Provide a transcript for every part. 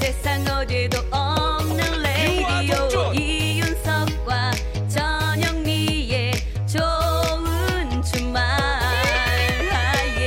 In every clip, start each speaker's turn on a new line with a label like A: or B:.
A: 세상 어디도
B: 아,
A: 없는 레이디오
B: 유아동전.
A: 이윤석과 전영미의 좋은 주말 아, 예.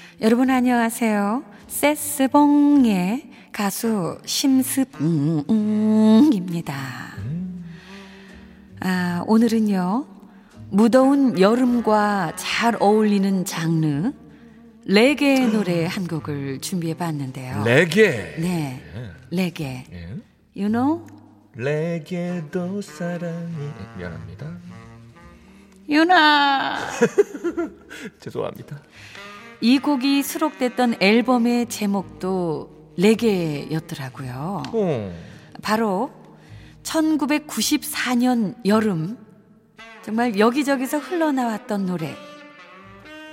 A: 여러분 안녕하세요. 세스봉의 가수 심스봉입니다. 아, 오늘은요. 무더운 여름과 잘 어울리는 장르 레게 노래 한 곡을 준비해 봤는데요.
C: 레게.
A: 네. 레게.
C: 예.
A: You know?
C: 레게도 사랑이 예, 미안합니다.
A: 유나.
C: 죄송합니다.
A: 이 곡이 수록됐던 앨범의 제목도 레게였더라고요.
C: 어.
A: 바로 1994년 여름 정말 여기저기서 흘러나왔던 노래.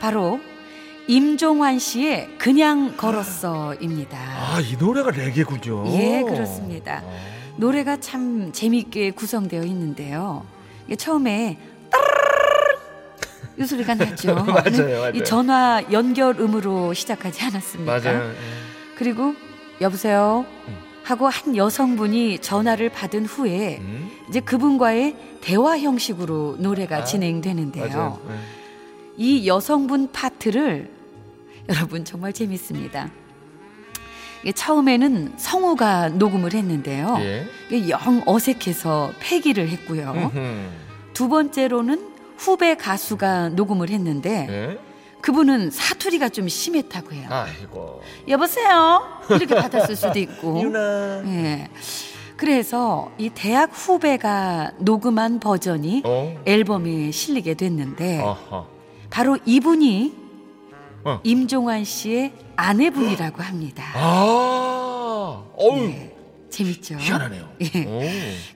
A: 바로 임종환 씨의 그냥 걸었어입니다.
C: 아, 이 노래가 레게군요.
A: 예, 그렇습니다.
C: 아.
A: 노래가 참 재미있게 구성되어 있는데요. 이게 처음에 따르르르 이 소리가 났죠.
C: 맞아요, 맞아요.
A: 이 전화 연결음으로 시작하지 않았습니까?
C: 맞아요. 예.
A: 그리고 여보세요
C: 음.
A: 하고 한 여성분이 전화를 받은 후에
C: 음?
A: 이제 그분과의 대화 형식으로 노래가
C: 아,
A: 진행되는데요.
C: 맞아요. 예.
A: 이 여성분 파트를 여러분 정말 재밌습니다. 이게 처음에는 성우가 녹음을 했는데요.
C: 예.
A: 이게 영 어색해서 폐기를 했고요.
C: 음흠.
A: 두 번째로는 후배 가수가 녹음을 했는데
C: 예.
A: 그분은 사투리가 좀 심했다고 해요.
C: 아이고.
A: 여보세요? 이렇게 받았을 수도 있고.
C: 유나.
A: 예. 그래서 이 대학 후배가 녹음한 버전이
C: 어.
A: 앨범에 실리게 됐는데
C: 아하.
A: 바로 이분이
C: 어.
A: 임종환 씨의 아내분이라고 합니다.
C: 아. 어우.
A: 예. 재밌죠?
C: 희한하네요.
A: 예.
C: 오.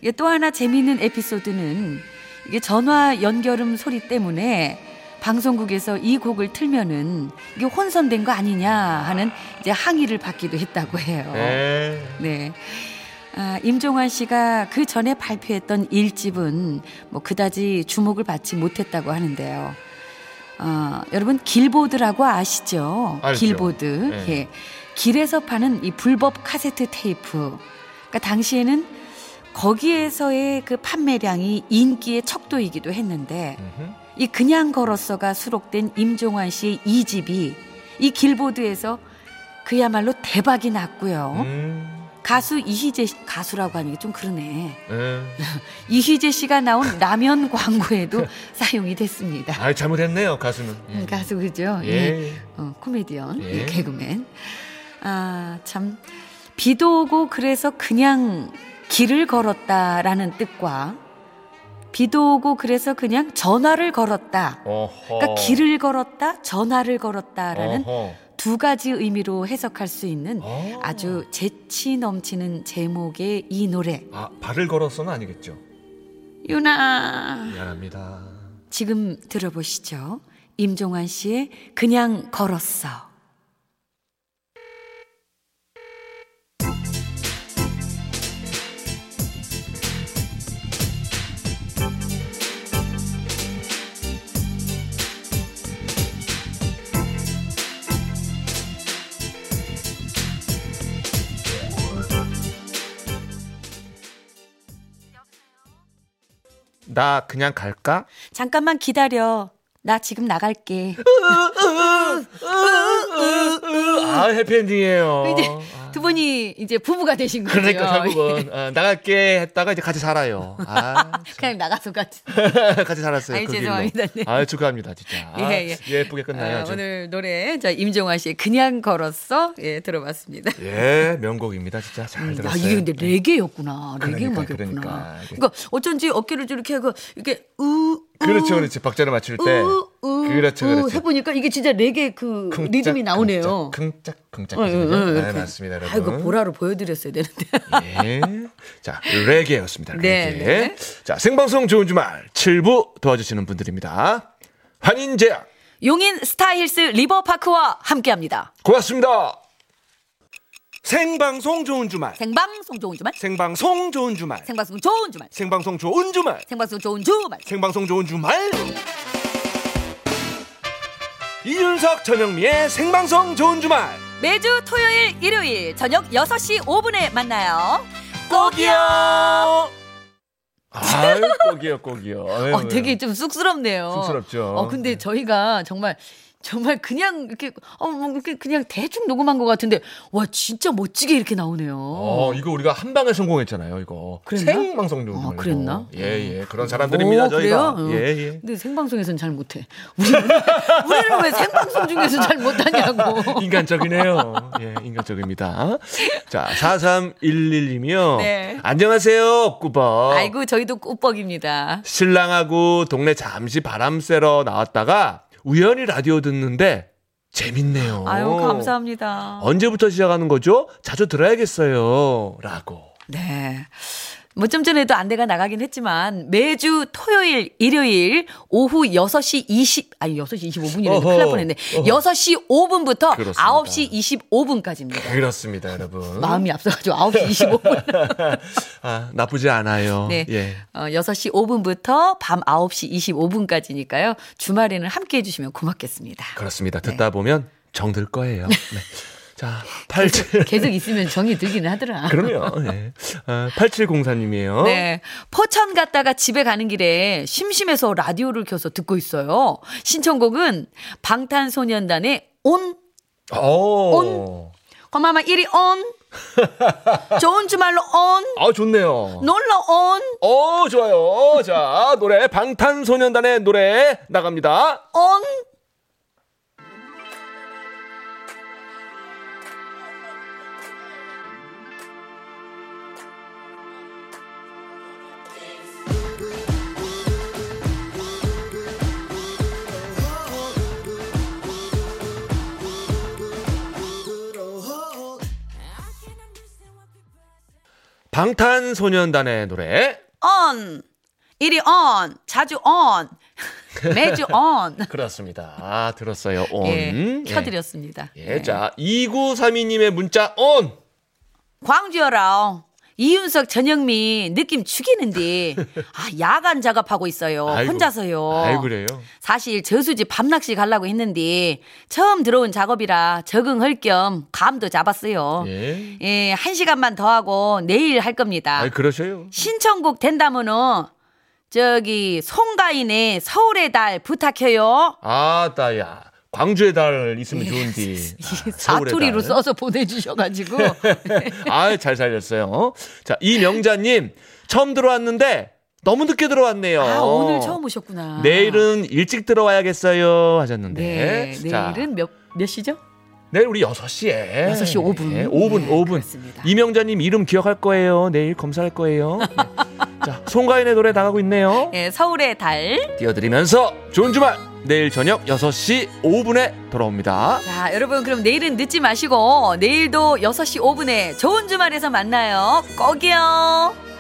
A: 예, 또 하나 재미있는 에피소드는 이게 전화 연결음 소리 때문에 방송국에서 이 곡을 틀면은 이게 혼선된 거 아니냐 하는 이제 항의를 받기도 했다고 해요.
C: 예.
A: 네. 아, 임종환 씨가 그 전에 발표했던 일집은뭐 그다지 주목을 받지 못했다고 하는데요. 아, 여러분 길보드라고 아시죠?
C: 알죠.
A: 길보드.
C: 네.
A: 예. 길에서 파는 이 불법 카세트 테이프. 그러니까 당시에는 거기에서의 그 판매량이 인기의 척도이기도 했는데
C: 음흠.
A: 이 그냥 걸었어가 수록된 임종환 씨의 이집이이 길보드에서 그야말로 대박이 났고요.
C: 음.
A: 가수 이희재 씨, 가수라고 하는 게 좀 그러네.
C: 예.
A: 이희재 씨가 나온 라면 광고에도 사용이 됐습니다. 음,
C: 아, 잘못했네요, 가수는. 예.
A: 가수 그죠?
C: 예.
A: 어, 코미디언,
C: 예.
A: 예, 개그맨. 아, 참. 비도 오고 그래서 그냥 길을 걸었다라는 뜻과 비도 오고 그래서 그냥 전화를 걸었다.
C: 어허.
A: 그러니까 길을 걸었다, 전화를 걸었다라는
C: 어허.
A: 두 가지 의미로 해석할 수 있는
C: 어.
A: 아주 재치 넘치는 제목의 이 노래.
C: 아, 발을 걸어서는 아니겠죠.
A: 유나.
C: 미안합니다.
A: 지금 들어보시죠. 임종환 씨의 그냥 걸었어.
C: 나 그냥 갈까?
A: 잠깐만 기다려.
D: 나 지금 나갈게.
C: 아 해피엔딩이에요.
A: 이제
C: 아.
A: 두 분이 이제 부부가 되신 거죠.
C: 그러니까 결국은 아, 나갈게 했다가 이제 같이 살아요. 아,
A: 그냥 나가서 같이.
C: 같이 살았어요.
D: 아이,
C: 그 길로.
D: 죄송합니다. 네.
C: 아 축하합니다 진짜. 아,
A: 예, 예.
C: 예, 쁘게 끝나요.
A: 아,
C: 아,
A: 오늘 노래 자 임종환 씨의 그냥 걸었어 예 들어봤습니다.
C: 예 명곡입니다 진짜 잘
A: 아,
C: 들었어요. 네.
A: 이게 근데 레게였구나. 레게
C: 그러니까,
A: 음악이었구나.
C: 그러니까.
A: 그러니까. 어쩐지 어깨를 이렇게 하고 이게 우, 우
C: 그렇죠 그렇지 박자를 맞출 때
A: 우, 우,
C: 그렇죠
A: 우
C: 그렇죠.
A: 해보니까 이게 진짜 레게 그
C: 쿵짝,
A: 리듬이 나오네요.
C: 쿵짝 쿵짝 쿵짝.
A: 어, 어, 어,
C: 네,
A: 이렇게.
C: 맞습니다 여러분.
A: 아, 이거 보라로 보여드렸어야 되는데.
C: 예. 자, 레게였습니다. 레게.
A: 네, 네.
C: 자, 생방송 좋은 주말 7부 도와주시는 분들입니다. 한인제약
A: 용인 스타힐스 리버파크와 함께합니다.
C: 고맙습니다.
E: 생방송 좋은 주말
A: 생방송 좋은 주말.
E: 생방송 좋은 주말
A: 생방송 좋은 주말.
E: 생방송 좋은 주말
A: 생방송 좋은 주말.
E: 생방송 좋은 주말 이윤석 전영미의 생방송 좋은 주말
A: 매주 토요일, 일요일 저녁 6시 5분에 만나요.
E: 꼭이요
C: 아유, 꼭이요, 꼭이요. 아유, 예.
A: 어, 되게 좀 쑥스럽네요.
C: 네. 쑥스럽죠. 네.
A: 어, 근데 저희가 정말 정말 그냥 이렇게 어, 뭐 이렇게 그냥 대충 녹음한 것 같은데 와 진짜 멋지게 이렇게 나오네요.
C: 어, 이거 우리가 한 방에 성공했잖아요, 이거.
A: 그랬나?
C: 생방송 좋은
A: 아,
C: 주말. 이거.
A: 그랬나?
C: 예, 예. 그런 사람들입니다, 저희가.
A: 그래요? 어.
C: 예, 예.
A: 근데 생방송에서는 잘 못해. 우리는, 우리는 왜 생방송 중에서 잘 못하냐고.
C: 인간적이네요. 예, 인간적입니다. 자, 4311님이요.
A: 네.
C: 안녕하세요, 꾸벅.
A: 아이고 저희도 꼬뻑입니다.
C: 신랑하고 동네 잠시 바람 쐬러 나왔다가 우연히 라디오 듣는데 재밌네요.
A: 아유 감사합니다.
C: 언제부터 시작하는 거죠? 자주 들어야겠어요. 라고.
A: 네. 뭐 좀 전에도 안내가 나가긴 했지만 매주 토요일, 일요일 오후 6시 20 아니 6시 25분이라서 큰일 날
C: 어허,
A: 뻔했네.
C: 어허.
A: 6시 5분부터
C: 그렇습니다.
A: 9시 25분까지입니다.
C: 그렇습니다, 여러분.
A: 마음이 앞서가지고 9시 25분.
C: 아, 나쁘지 않아요.
A: 네.
C: 예.
A: 어, 6시 5분부터 밤 9시 25분까지니까요. 주말에는 함께 해주시면 고맙겠습니다.
C: 그렇습니다.
A: 네.
C: 듣다 보면 정들 거예요. 네. 자, 87.
A: 계속 있으면 정이 들기는 하더라.
C: 그럼요. 예. 아, 8704님이에요.
A: 네. 포천 갔다가 집에 가는 길에 심심해서 라디오를 켜서 듣고 있어요. 신청곡은 방탄소년단의 온,
C: 어. 오.
A: 고마마 이리 온, 좋은 주말로 온,
C: 아, 좋네요.
A: 놀러 온,
C: 어, 좋아요. 자, 노래 방탄소년단의 노래 나갑니다.
A: 온.
C: 방탄소년단의 노래.
A: 온. 이리 온. 자주 온. 매주 온.
C: 그렇습니다. 아, 들었어요. 온.
A: 예, 켜드렸습니다.
C: 예.
A: 네.
C: 예, 자, 2932님의 문자 온.
A: 광주여라. 이윤석, 전영미 느낌 죽이는데 아 야간 작업하고 있어요.
C: 아이고.
A: 혼자서요.
C: 아이 그래요.
A: 사실 저수지 밤낚시 가려고 했는데 처음 들어온 작업이라 적응할 겸 감도 잡았어요. 예.
C: 예.
A: 한 시간만 더 하고 내일 할 겁니다.
C: 아이 그러셔요.
A: 신청곡 된다면은 저기 송가인의 서울의 달 부탁해요.
C: 아, 따야. 광주의 달
A: 예.
C: 있으면 좋은디.
A: 이게
C: 아, 서울의
A: 사투리로
C: 달.
A: 써서 보내주셔가지고
C: 아, 잘 살렸어요. 어? 자, 이명자님 처음 들어왔는데 너무 늦게 들어왔네요.
A: 아 오늘 처음 오셨구나.
C: 내일은 일찍 들어와야겠어요 하셨는데.
A: 아. 네,
C: 자, 네,
A: 내일은 몇, 몇 시죠?
C: 내일 우리 6시에.
A: 6시 5분.
C: 5분,
A: 네,
C: 5분.
A: 그렇습니다.
C: 이명자님 이름 기억할 거예요. 내일 검사할 거예요. 네. 자, 송가인의 노래 나가고 있네요.
A: 예, 서울의 달.
C: 띄워드리면서 좋은 주말! 내일 저녁 6시 5분에 돌아옵니다.
A: 자, 여러분, 그럼 내일은 늦지 마시고, 내일도 6시 5분에 좋은 주말에서 만나요. 꼭이요.